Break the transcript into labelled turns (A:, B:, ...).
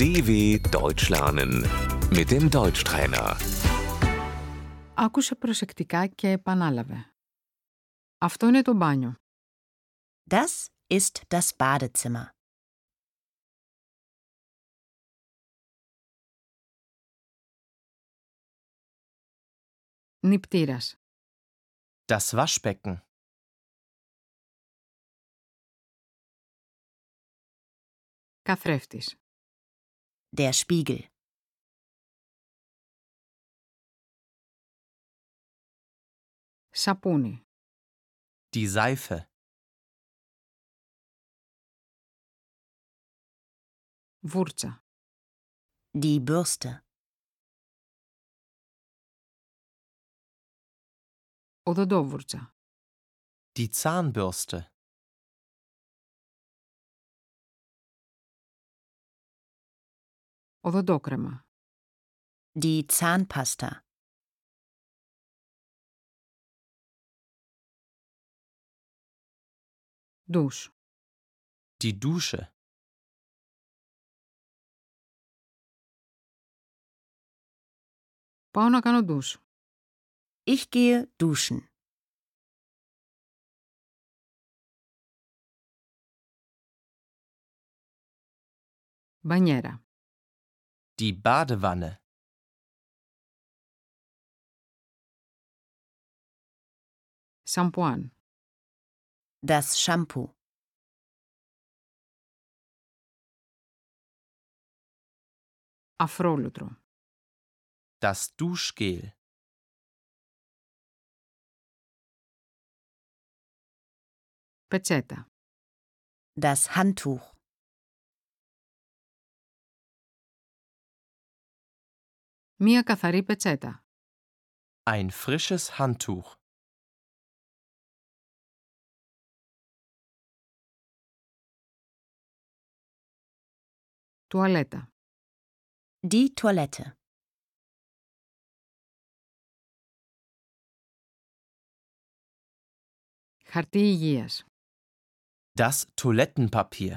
A: DW Deutsch lernen mit dem Deutschtrainer.
B: Άκουσε προσεκτικά και επανάλαβε. Αυτό είναι το μπάνιο.
C: Das ist das Badezimmer.
B: Νυπτήρας.
D: Das Waschbecken.
B: Καθρέφτης.
C: Der Spiegel.
B: Σαπούνι.
D: Die Seife.
B: Βούρτσα.
C: Die Bürste.
B: Οδοντόβουρτσα.
D: Die Zahnbürste.
B: Οδοντόκρεμα.
C: Die Zahnpasta.
B: Ντους.
D: Die Dusche.
B: Πάω να κάνω ντους.
C: Ich gehe duschen.
B: Μπανιέρα.
D: Die Badewanne.
B: Σαμπουάν.
C: Das Shampoo.
B: Αφρόλουτρο.
D: Das Duschgel.
B: Πετσέτα.
C: Das Handtuch.
B: Μία καθαρή πετσέτα.
D: Ein frisches Handtuch.
B: Τουαλέτα.
C: Die Toilette.
B: Χαρτί υγείας.
D: Das Toilettenpapier.